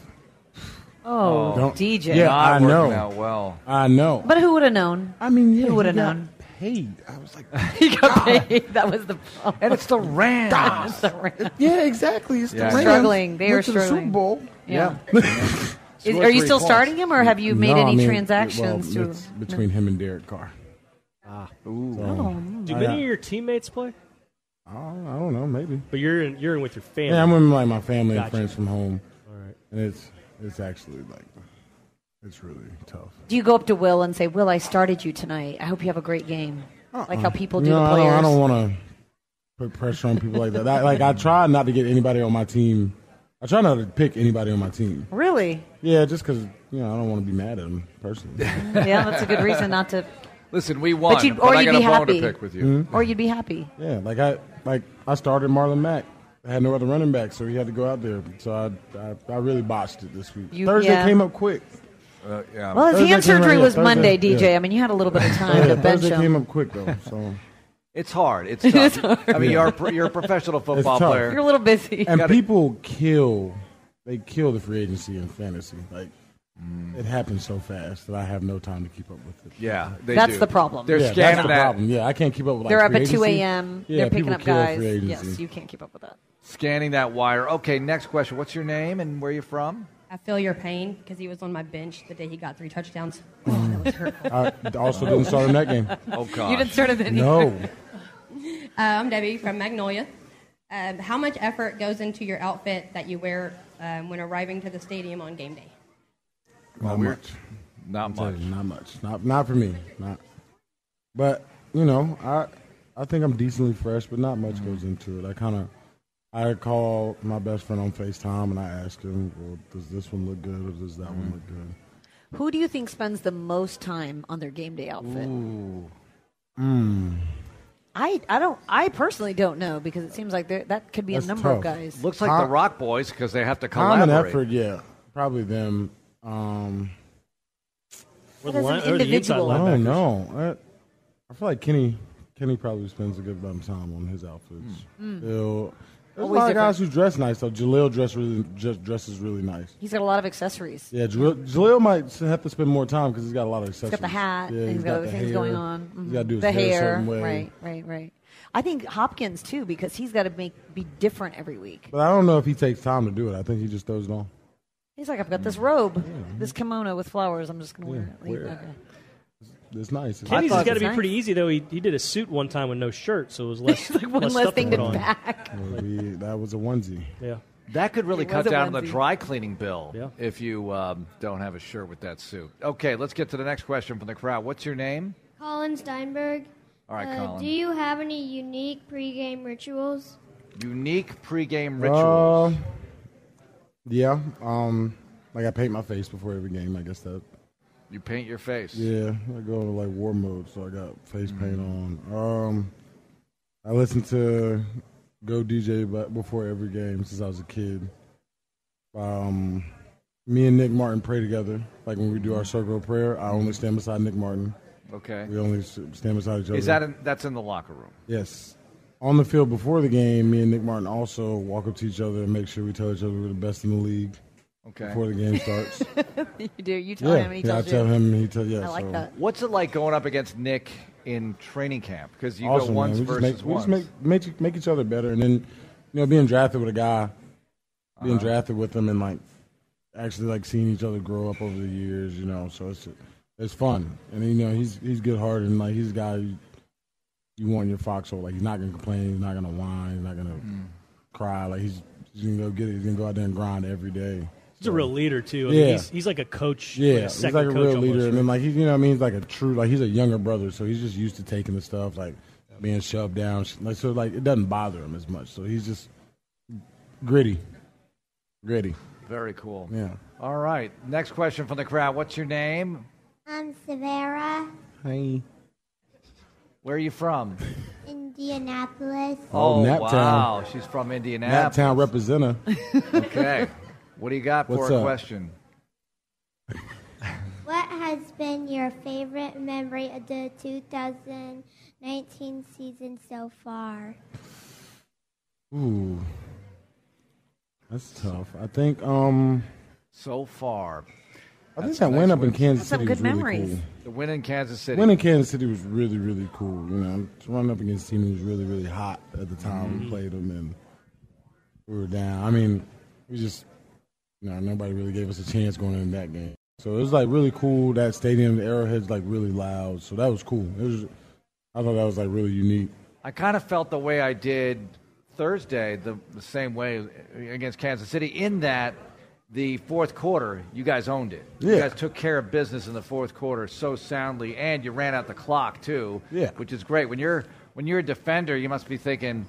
Oh,
Don't-
DJ.
Yeah,
Not
I
working
know.
out well.
I know.
But who would have known?
I mean, yeah,
who would have
he got
known?
Paid. I was like,
he got paid. That was the problem.
And it's the Rams.
it's the Rams.
Yeah, exactly. It's
the Rams. Struggling. They
Went
are
to the Super
struggling.
Bowl.
Yeah. Is,
Score
are you
three
still
points.
starting him, or have you made
No,
any
I mean,
transactions
it- well,
to
it's between him and Derek Carr?
Ah.
Ooh.
Do many of your teammates play?
I Oh, don't, I don't know. Maybe.
But you're in, you're in with your family.
Yeah, I'm with like my family
Gotcha.
and friends from home.
All right.
And it's it's actually like it's really tough.
Do you go up to Will and say, "Will, I started you tonight. I hope you have a great game," like how people do
no,
the
I
players?
don't, I don't want to put pressure on people like that. I, like I try not to get anybody on my team. I try not to pick anybody on my team.
Really?
Yeah, just because you know I don't want to be mad at them personally.
Yeah, that's a good reason not to.
Listen, we won,
But you'd-
but
or
I
you'd
got a
be
bone to
happy.
pick with you.
Mhm.
Or you'd be happy.
Yeah, like I like I started Marlon Mack. I had no other running back, so he had to go out there. So I I, I really botched it this week.
You-
Thursday
yeah.
came up quick.
Uh, yeah.
Well, his
Thursday
hand
came up-
surgery
yeah,
was
Thursday-
Monday, DJ.
yeah.
I mean, you had a little bit of
Yeah,
time to bench
Thursday
him.
came up quick though, so
It's hard. It's tough. I mean, you're a, pro- you're a professional football
It's tough.
player.
You're a little busy.
and people kill they kill the free agency in fantasy. Like It happens so fast that I have no time to keep up with it.
Mm. Yeah, they
That's do. the problem.
They're
yeah,
scanning
that's
that-
The problem. Yeah, I can't keep up with. Like,
They're up
free
at 2
agency.
a.m.
Yeah,
They're picking
people
up
kill
guys.
free agency.
Yes, you can't keep up with that.
Scanning that wire. Okay, next question. What's your name and where you from?
I feel your pain because he was on my bench the day he got three touchdowns. Oh, that was hurtful.
I also didn't start in that game.
Oh
God. You didn't start in that
No.
either. Uh, I'm Debbie from Magnolia. Um, how much effort goes into your outfit that you wear um, when arriving to the stadium on game day?
Not
we're-
much.
Not
I'm telling you, not much. Not not for me. Not. But you know, I I think I'm decently fresh, but not much goes into it. I kind of I call my best friend on Facetime and I ask him, well, does this one look good or does that one look good?
Who do you think spends the most time on their game day outfit?
Ooh. Mm.
I, I don't I personally don't know because it seems like there that could be
That's
a number of
tough.
guys.
Looks like the Rock Boys because they have to
Time
collaborate.
and effort, yeah, probably them. Um,
Or the But as line- an or the inside individual-
I don't
linebackers.
know. Oh, I, I feel like Kenny Kenny probably spends a good amount of time on his outfits.
Hmm.
Mm. Mm.
Still, there's
Always
a lot of guys who dress nice. though. Jaleel dress really just dresses really nice.
He's got a lot of accessories.
Yeah, Jaleel, Jaleel might s- have to spend more time because he's got a lot of
He's
accessories.
got the hat.
Yeah,
and he's got, other
the
things
hair.
going on. Mhm.
He's got to do his
the
hair, a
hair,
certain way.
right, right, right. I think Hopkins too because he's got to make be different every week.
But I don't know if he takes time to do it. I think he just throws it on.
He's like, I've got this robe, this kimono with flowers. I'm just gonna
Mm. Yeah,
wear it.
wear
Leave.
it.
Okay.
It's nice. It's
Kenny's
nice.
has got to be pretty easy though. He, he did a suit one time with no shirt, so it was less
one
less
less
stuff
thing
put
to
on.
pack.
Well, we- that was a onesie.
Yeah.
That could really
It
cut
was a
down on the
onesie.
dry cleaning bill
Yeah.
if you um, don't have a shirt with that suit. Okay, let's get to the next question from the crowd. What's your name?
Colin Steinberg.
All right,
uh,
Colin.
Do you have any unique pregame rituals?
Unique pregame ritual.
Uh, yeah. Um, like I paint my face before every game. I guess that.
you paint your face.
Yeah, I go into like war mode, so I got face paint on. Um, I listen to Go DJ but before every game since I was a kid. Um, me and Nick Martin pray together. Like when we do our circle of prayer, I only stand beside Nick Martin.
Okay.
We only s- stand beside each other.
Is that in, that's in the locker room?
Yes. On the field before the game, me and Nick Martin also walk up to each other and make sure we tell each other we're the best in the league.
Okay.
Before the game starts.
you do. You tell
Yeah,
him. And he
yeah, I
tells you.
tell him, he tell- yeah,
I like
so-
that.
What's it like going up against Nick in training camp? Because you go
Awesome, man.
ones
we just
versus
make, we
ones.
just make, make make each other better, and then you know being drafted with a guy,
Uh-huh.
being drafted with him, and like actually like seeing each other grow up over the years, you know. So it's it's fun, and you know he's he's good hearted, and like he's a guy you, you want in your foxhole. Like he's not gonna complain, he's not gonna whine, he's not gonna
Mm.
cry. Like he's, he's gonna go get it, he's gonna go out there and grind every day.
He's a real leader too. I
Yeah.
mean, he's, he's like a coach.
Yeah,
like a
he's
second
like a
coach
real
almost,
leader,
right?
and then like he, you know, what I mean, he's like a true, like he's a younger brother, so he's just used to taking the stuff, like being shoved down, sh- like so, like it doesn't bother him as much. So he's just gritty, gritty.
Very cool.
Yeah.
All right. Next question from the crowd. What's your name?
I'm Savera,
Hey.
Where are you from?
Indianapolis.
Oh, Naptown.
wow. She's from
Nap
Indianapolis.
Town representative.
Okay. What do you got for
What's
a
up?
question?
What has been your favorite memory of the 2019 season so far?
Ooh, that's tough. I think um,
So far.
I
That's
think that
the
win
next
up in
one.
Kansas City was really cool.
The win in Kansas City.
Winning Kansas City was really, really cool. You know, to run up against a team who was really, really hot at the time we
Mhm.
played them, and we were down. I mean, we just, you know, nobody really gave us a chance going into that game. So it was like really cool. That stadium, the Arrowhead's like really loud. So that was cool. It was, I thought that was like really unique.
I kind of felt the way I did Thursday, the, the same way against Kansas City, in that the fourth quarter, you guys owned it. You
Yeah.
guys took care of business in the fourth quarter so soundly, and you ran out the clock too.
Yeah.
which is great. When you're when you're a defender, you must be thinking,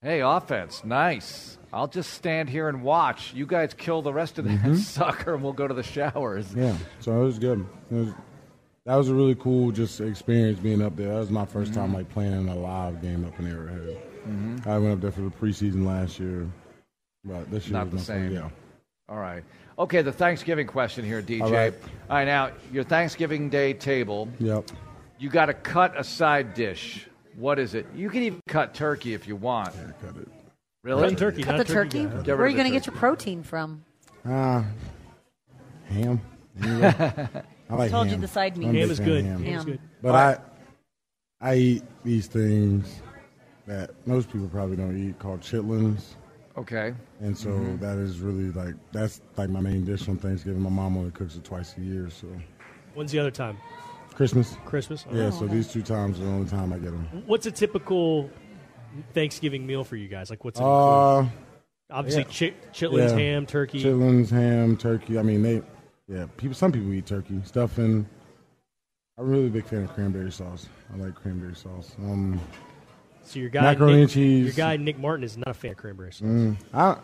"Hey, offense, nice. I'll just stand here and watch. You guys kill the rest of that
Mhm.
sucker, and we'll go to the showers."
Yeah, so it was good. It was, that was a really cool just experience being up there. That was my 1st time
Mhm.
like playing in a live game up in Arrowhead.
Mhm.
I went up there for the preseason last year, but this year
Not the
was my first-
same.
Yeah.
All right. Okay, the Thanksgiving question here, DJ.
All right.
All right, now your Thanksgiving Day table.
Yep.
You got to cut a side dish. What is it? You can even cut turkey if you want.
cut it.
Really?
Cut turkey,
Cut the turkey.
Get rid
Where are
of the
you going to
turkey.
get your protein from?
Ah, ham. You know? I like
Told you
ham.
the side
I'm
meat.
a big
Ham is
fan of
good. Ham is good.
But I, I eat these things that most people probably don't eat called chitlins.
Okay.
And so
Mm-hmm.
Mhm.
that is really like that's like my main dish on Thanksgiving. My mom only cooks it twice a year, so
When's the other time?
Christmas.
Christmas?
Yeah.
Oh,
so
okay.
these two times are the only time I get them.
What's a typical Thanksgiving meal for you guys? Like, what's it
Uh,
include? obviously
yeah.
chi- chitlins,
Yeah.
ham, turkey.
Chitlins, ham, turkey. I mean, they, yeah, people. Some people eat turkey stuffing. I'm really a big fan of cranberry sauce. I like cranberry sauce. Um,
So your guy
macaroni
Nick,
and cheese.
Your guy Nick Martin is not a fan of cranberry sauce.
Mm, I,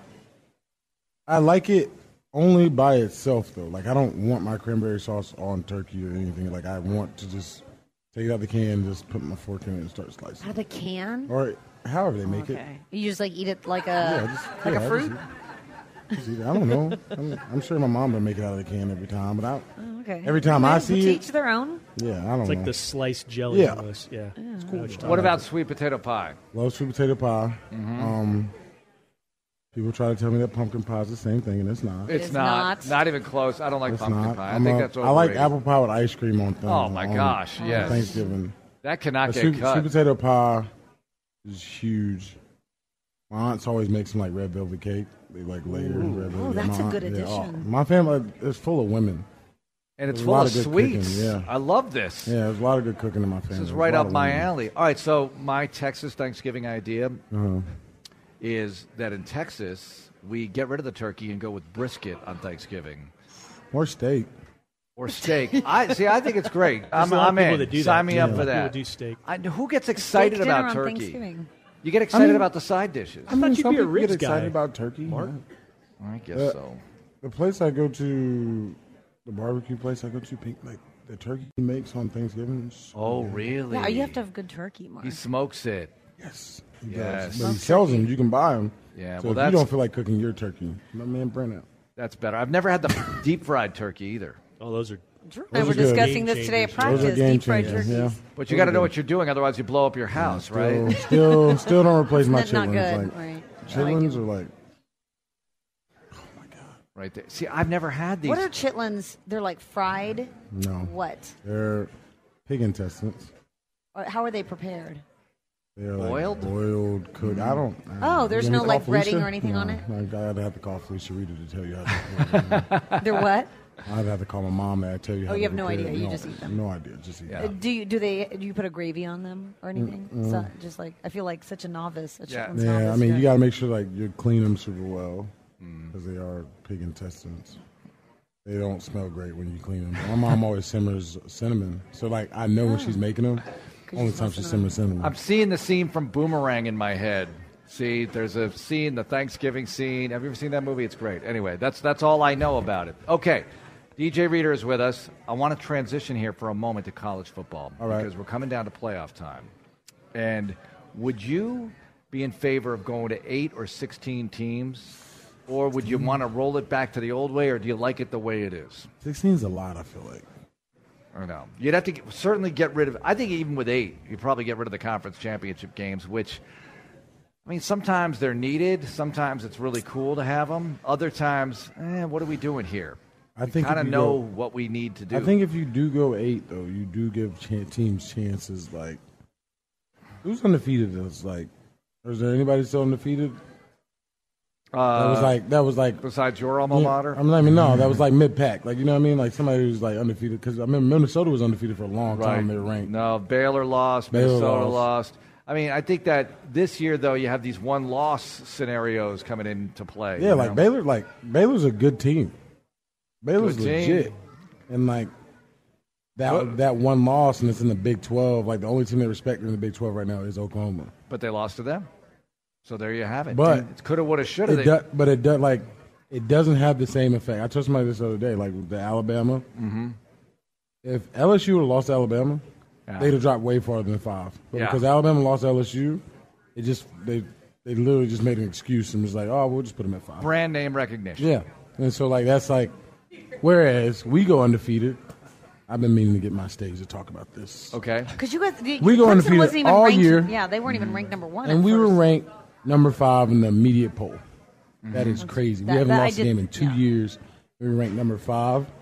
I like it only by itself though. Like I don't want my cranberry sauce on turkey or anything. Like I want to just take it out the can, just put my fork in it, and start slicing.
Out of the can?
Or however they make it.
Okay. You just like eat it like a
Yeah, just-
like
yeah,
a
I
fruit.
Just eat it. I don't know. I'm, I'm sure my mom would make it out of the can every time, but I,
Oh, okay.
every time I
Well,
see
to
it,
each their own.
Yeah, I don't
It's like
know.
the sliced jelly
Mm. Yeah.
almost. Yeah.
It's
cool. What
What about sweet potato pie?
Love sweet potato pie.
Mm-hmm.
Um, people try to tell me that pumpkin pie is the same thing, and it's not.
It's, not, not. even close. I don't like
It's
pumpkin
not.
pie. I
I'm
think
a-
that's
I like
overrated.
apple pie with ice cream on things.
Oh, my gosh, yes.
Thanksgiving.
That cannot
But
get
sweet,
cut.
Sweet potato pie is huge. My aunt's always makes them like red velvet cake. They like layer
Ooh.
red
Oh,
velvet.
that's
My
a good
yeah, oh,
addition.
my family is full of women.
And it's
There's a
full
lot
of
good cooking,
sweets.
Yeah.
I love this.
Yeah, there's a lot of good cooking in my family.
This is
There's a
right
lot
up
of
my
women.
alley. All right, so my Texas Thanksgiving idea
Uh-huh.
is that in Texas we get rid of the turkey and go with brisket on Thanksgiving
More steak.
or steak. I see. I think it's great.
There's
I'm,
a lot of
I'm
people
in.
that do
Sign
that.
me
Yeah.
up for
People
that.
do steak.
I, who gets excited
dinner
about
on
turkey?
Thanksgiving.
You get excited
mean-
about the side dishes.
I, mean,
thought you'd
some
be a
people get
ribs
excited
guy.
about turkey.
Mark?
I guess
Uh,
so.
The place I go to, the barbecue place I go to, pink, like the turkey he makes on Thanksgiving. is so
Oh,
good.
really?
Yeah, you have to have good turkey, Mark.
He smokes it.
Yes. He does.
Yes.
But he sells them. You can buy them.
Yeah,
So
well,
if
that's-
you don't feel like cooking your turkey, my man Brent out.
That's better. I've never had the deep fried turkey either.
Oh, those are.
And we're discussing this today at
Those are
practice.
game
Deep fried
changers,
turkeys.
yeah.
But you got to know what you're doing, otherwise you blow up your house,
Still,
right?
still, still don't replace my
That's not
chitlins.
good,
Like,
right.
Chitlins are like
right there. See, I've never had these.
What are chitlins? They're like fried.
no.
What?
They're pig intestines.
Or How are they prepared?
They're
Boiled?
like boiled, cooked. I don't. I don't
Oh,
know.
there's
You
no,
want me to
like,
call
breading
Felicia?
or anything on
No,
it?
Like, I'd have to call Felicia Rita to tell you how. To
They're what?
I'd have to call my mom and I'd tell you.
Oh,
how
you
to
have no
prepare
idea.
it.
You
No,
just eat them.
No idea. Just eat.
Uh, Do you do they? Do you put a gravy on them or anything?
Mm-mm.
So, just like I feel like such a novice. A
Yeah.
chitlin's
Mm, Yeah, I
novice
mean,
here.
you got to make sure like you clean them super well because they are pig intestines. They don't smell great when you clean them. My mom always simmers cinnamon, so like I know when she's making them. Only time Ah, she simmers cinnamon.
I'm seeing the scene from Boomerang in my head. See, there's a scene, the Thanksgiving scene. Have you ever seen that movie? It's great. Anyway, that's that's all I know about it. Okay, DJ Reader is with us. I want to transition here for a moment to college football
All right.
because we're coming down to playoff time. And would you be in favor of going to eight or sixteen teams, or would you want to roll it back to the old way, or do you like it the way it is?
Sixteen's a lot. I feel like.
I know. You'd have to get, certainly get rid of. I think even with eight, you'd probably get rid of the conference championship games, which, I mean, sometimes they're needed. Sometimes it's really cool to have them. Other times, eh, what are we doing here?
I think if
kind of
you
know
go-
what we need to do.
I think if you do go eight, though, you do give chan- teams chances. Like, who's undefeated? Is like, is there anybody still undefeated?
uh,
that was like that was like
besides your alma
Yeah,
mater.
I mean, I mean, no, that was like mid pack. Like you know what I mean? Like somebody who's like undefeated because I remember Minnesota was undefeated for a long time. They were ranked.
No, Baylor lost.
Baylor
Minnesota
lost.
lost. I mean, I think that this year though, you have these one loss scenarios coming into play.
Yeah,
you
like
know?
Baylor, like Baylor's a good team. Baylor's
Good team.
legit, and like that
Well-
that one loss, and it's in the Big Twelve. Like the only team they respect in the Big Twelve right now is Oklahoma.
But they lost to them. So there you have it.
But
it coulda, woulda, shoulda.
It
They-
do- but it does like it doesn't have the same effect. I told somebody this the other day, like the Alabama.
Mhm.
If LSU would have lost to Alabama,
Yeah.
they'd have dropped way farther than five. But
Yeah.
because Alabama lost to LSU, it just they they literally just made an excuse and was like, oh, we'll just put them at five.
brand name recognition.
Yeah. And so like that's like whereas we go undefeated. I've been meaning to get my stage to talk about this.
Okay.
Because you guys, the,
We go
Clemson
undefeated
wasn't even
all
ranked,
year.
Yeah, they weren't even ranked number one.
And
at
we
first.
were ranked number five in the immediate poll. That is crazy.
Mm-hmm. That-
we haven't
that I
lost a
did-
game in two
yeah.
years. We were ranked number five.
Do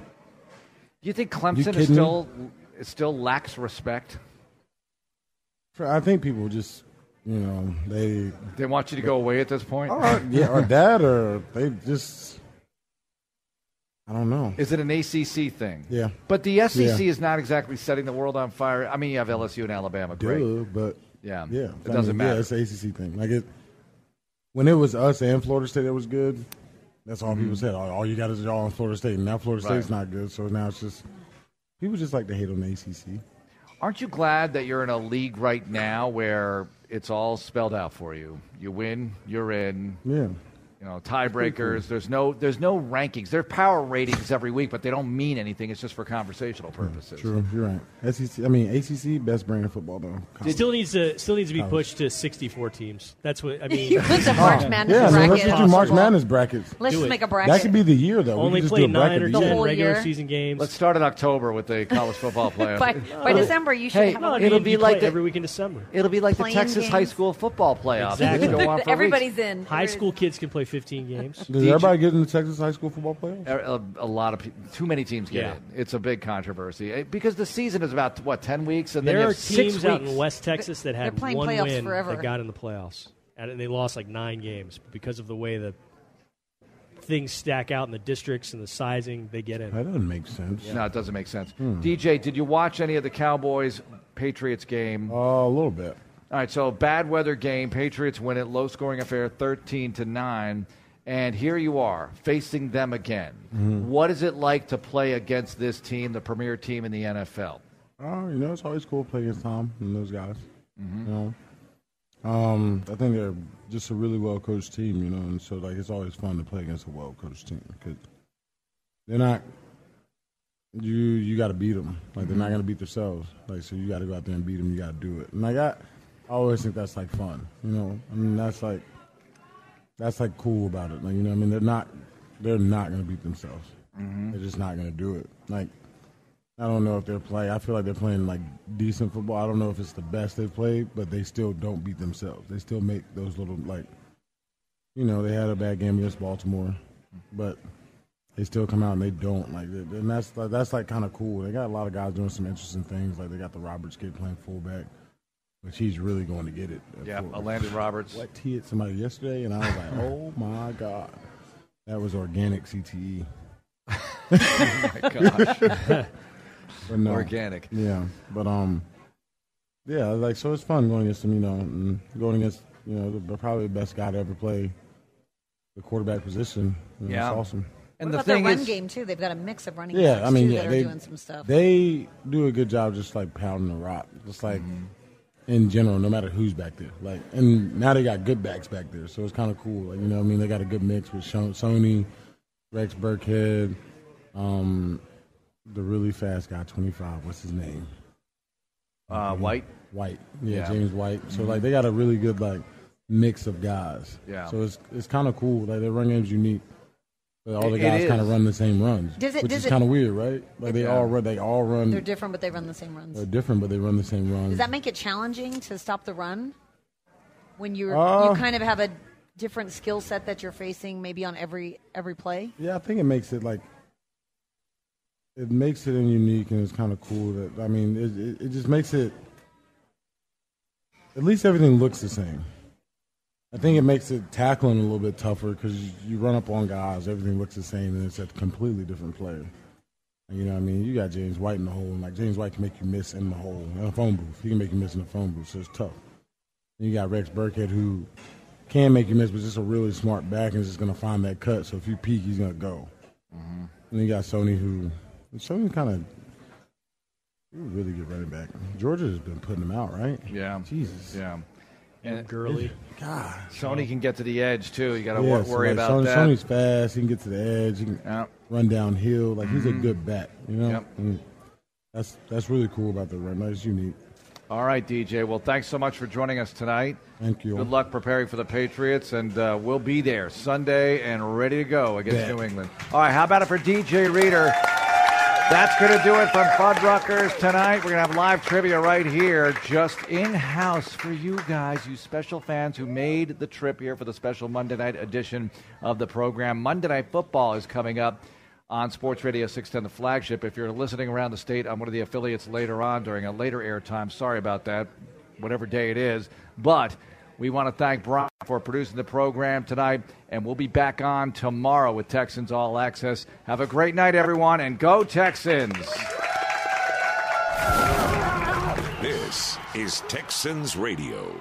you think
You
Clemson
kidding me?
is still is still lacks respect?
I think people just, you know, they
They want you to go away at this point.
All right, yeah, or that, or they just. I don't know.
Is it an ACC thing?
Yeah.
But the SEC is not exactly setting the world on fire. I mean, you have LSU and Alabama, great.
Duh, but
Yeah.
yeah,
It doesn't
Yeah,
matter.
it's the ACC thing. Like it, when it was us and Florida State, that was good. That's all people
Mhm.
said. All, all you got is y'all in Florida State. and Now Florida
Right.
State's not good, so now it's just people just like to hate on the ACC.
Aren't you glad that you're in a league right now where it's all spelled out for you? You win, you're in.
Yeah.
You know, tiebreakers. There's no there's no rankings. There are power ratings every week, but they don't mean anything. It's just for conversational purposes.
True, you're right. SEC, I mean ACC, best brand of football though.
still needs to still needs to be
College.
pushed to 64 teams. That's what I mean.
You put the March Oh, Madness
Yeah, man,
bracket
let's just do
possible.
March Madness brackets.
Let's
Do
just
it.
make a bracket.
That could be the year though. We
Only
could just
play
do a bracket
nine or
of the year.
ten regular
year.
season games.
Let's start in October with the college football playoff.
By- by December, you should
Hey,
have
No, I mean,
it'll be
you
like
play
the,
every week in December.
it'll be like the
Playing
Texas high
games.
school football playoff.
Exactly.
It could go on for
Everybody's
weeks.
in.
High school kids can play 15 games.
Does everybody get in the Texas high school football playoff?
A, a- a lot of people, too many teams get
Yeah.
in. It's a big controversy Eh, because the season is about what ten weeks, and then
there
you
are
have six
teams out
weeks.
in West Texas that
They're
had
playing
one
playoffs
win
forever.
that got in the playoffs, and they lost like nine games because of the way the things stack out in the districts and the sizing. They get in.
That doesn't make sense.
No, it doesn't make sense.
Hmm.
DJ, did you watch any of the Cowboys Patriots game?
Oh, a little bit.
All right, so bad weather game. Patriots win it, low scoring affair, thirteen to nine. And here you are facing them again.
Mhm.
What is it like to play against this team, the premier team in the NFL?
Oh, you know, it's always cool playing against Tom and those guys. You know, um, I think they're just a really well coached team. You know, and so like it's always fun to play against a well coached team because they're not. You you got to beat them. Like they're not
Mhm.
going to beat themselves. Like so, you got to go out there and beat them. You got to do it. And like I, I always think that's like fun. You know, I mean that's like that's like cool about it. Like you know, what I mean they're not they're not going to beat themselves. They're just not going to do it. Like I don't know if they're playing. I feel like they're playing like decent football. I don't know if it's the best they've played, but they still don't beat themselves. They still make those little like, you know, they had a bad game against Baltimore, but they still come out and they don't like. it. And that's like, that's like kind of cool. They got a lot of guys doing some interesting things. Like they got the Roberts kid playing fullback, which he's really going to get it. at
Yeah,
full-
Landon Roberts.
What he hit somebody yesterday, and I was like, oh my god, that was organic E. CTE.
my gosh.
But no.
Organic.
Yeah, but um, yeah, like so it's fun going against them. You know, and going against you know the, probably the best guy to ever play the quarterback position. You know,
Yeah.
it's awesome.
And
What about their run game too? They've got a mix of running.
yeah,
backs,
I mean,
too,
yeah,
that
they
are doing some stuff.
they do a good job just like pounding the rock, just like in general, no matter who's back there. Like, and now they got good backs back there, so it's kind of cool. Like, you know, what I mean, they got a good mix with Shon- Sony, Rex Burkhead, um, the really fast guy, twenty five. What's his name?
Uh,
Mm-hmm.
White.
White. Yeah,
Yeah.
James White. So
Mhm.
like they got a really good like mix of guys.
Yeah.
So it's it's kind of cool. Like their run game's unique. But all the
It- it
guys kind
is.
of run the same runs,
Does it-
which
does
is
it-
kind of weird, right? Like they all run, they all run.
They're different, but they run the same runs.
they're different, but they run the same runs.
Does that make it challenging to stop the run when you are
Uh,
you kind of have a different skill set that you're facing maybe on every every play?
Yeah, I think it makes it like it makes it unique, and it's kind of cool. That I mean, it, it it just makes it at least everything looks the same. I think it makes it tackling a little bit tougher because you, you run up on guys, everything looks the same, and it's a completely different player. And you know what I mean? You got James White in the hole, and like James White can make you miss in the hole in a phone booth. He can make you miss in the phone booth, so it's tough. And you got Rex Burkhead who can make you miss, but just a really smart back and is just gonna find that cut. So if you peek, he's gonna go. And you got Sony who Sony kind of really good running back. Georgia's been putting him out, right?
Yeah.
Jesus.
Yeah. And
Gurley.
God.
Sony can get to the edge too. You got to
Yeah, so,
worry
like,
about
Sony-
that.
Sony's fast. He can get to the edge. He can run downhill. Like he's a
Mhm.
good back. You know.
Yep.
And that's that's really cool about the run. That's unique.
All right, DJ. Well, thanks so much for joining us tonight.
Thank you.
Good luck preparing for the Patriots, and uh, we'll be there Sunday and ready to go against
Bet.
New England. All right, how about it for DJ Reader? That's going to do it from Fuddruckers tonight. We're going to have live trivia right here, just in house for you guys, you special fans who made the trip here for the special Monday night edition of the program. Monday Night Football is coming up on Sports Radio 610, the flagship. If you're listening around the state on one of the affiliates later on during a later airtime, sorry about that, whatever day it is. But we want to thank Brian for producing the program tonight, and we'll be back on tomorrow with Texans All Access. Have a great night, everyone, and go Texans!
This is Texans Radio.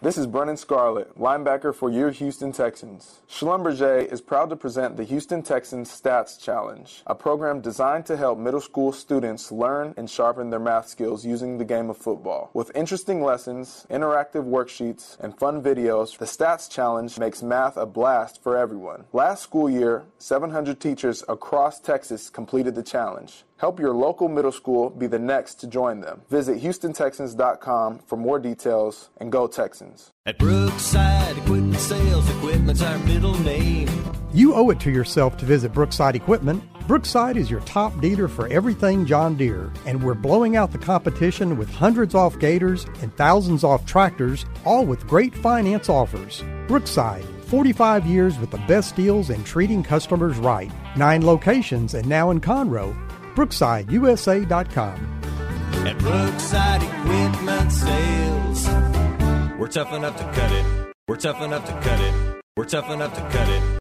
This is Brennan Scarlett, linebacker for your Houston Texans. Schlumberger is proud to present the Houston Texans Stats Challenge, a program designed to help middle school students learn and sharpen their math skills using the game of football. With interesting lessons, interactive worksheets, and fun videos, the Stats Challenge makes math a blast for everyone. Last school year, 700 teachers across Texas completed the challenge. Help your local middle school be the next to join them. Visit HoustonTexans.com for more details and go Texans.
At Brookside Equipment Sales, equipment's our middle name.
You owe it to yourself to visit Brookside Equipment. Brookside is your top dealer for everything John Deere, and we're blowing out the competition with hundreds off gators and thousands off tractors, all with great finance offers. Brookside, 45 years with the best deals and treating customers right. Nine locations and now in Conroe. BrooksideUSA.com.
At Brookside Equipment Sales, we're tough enough to cut it. We're tough enough to cut it. We're tough enough to cut it.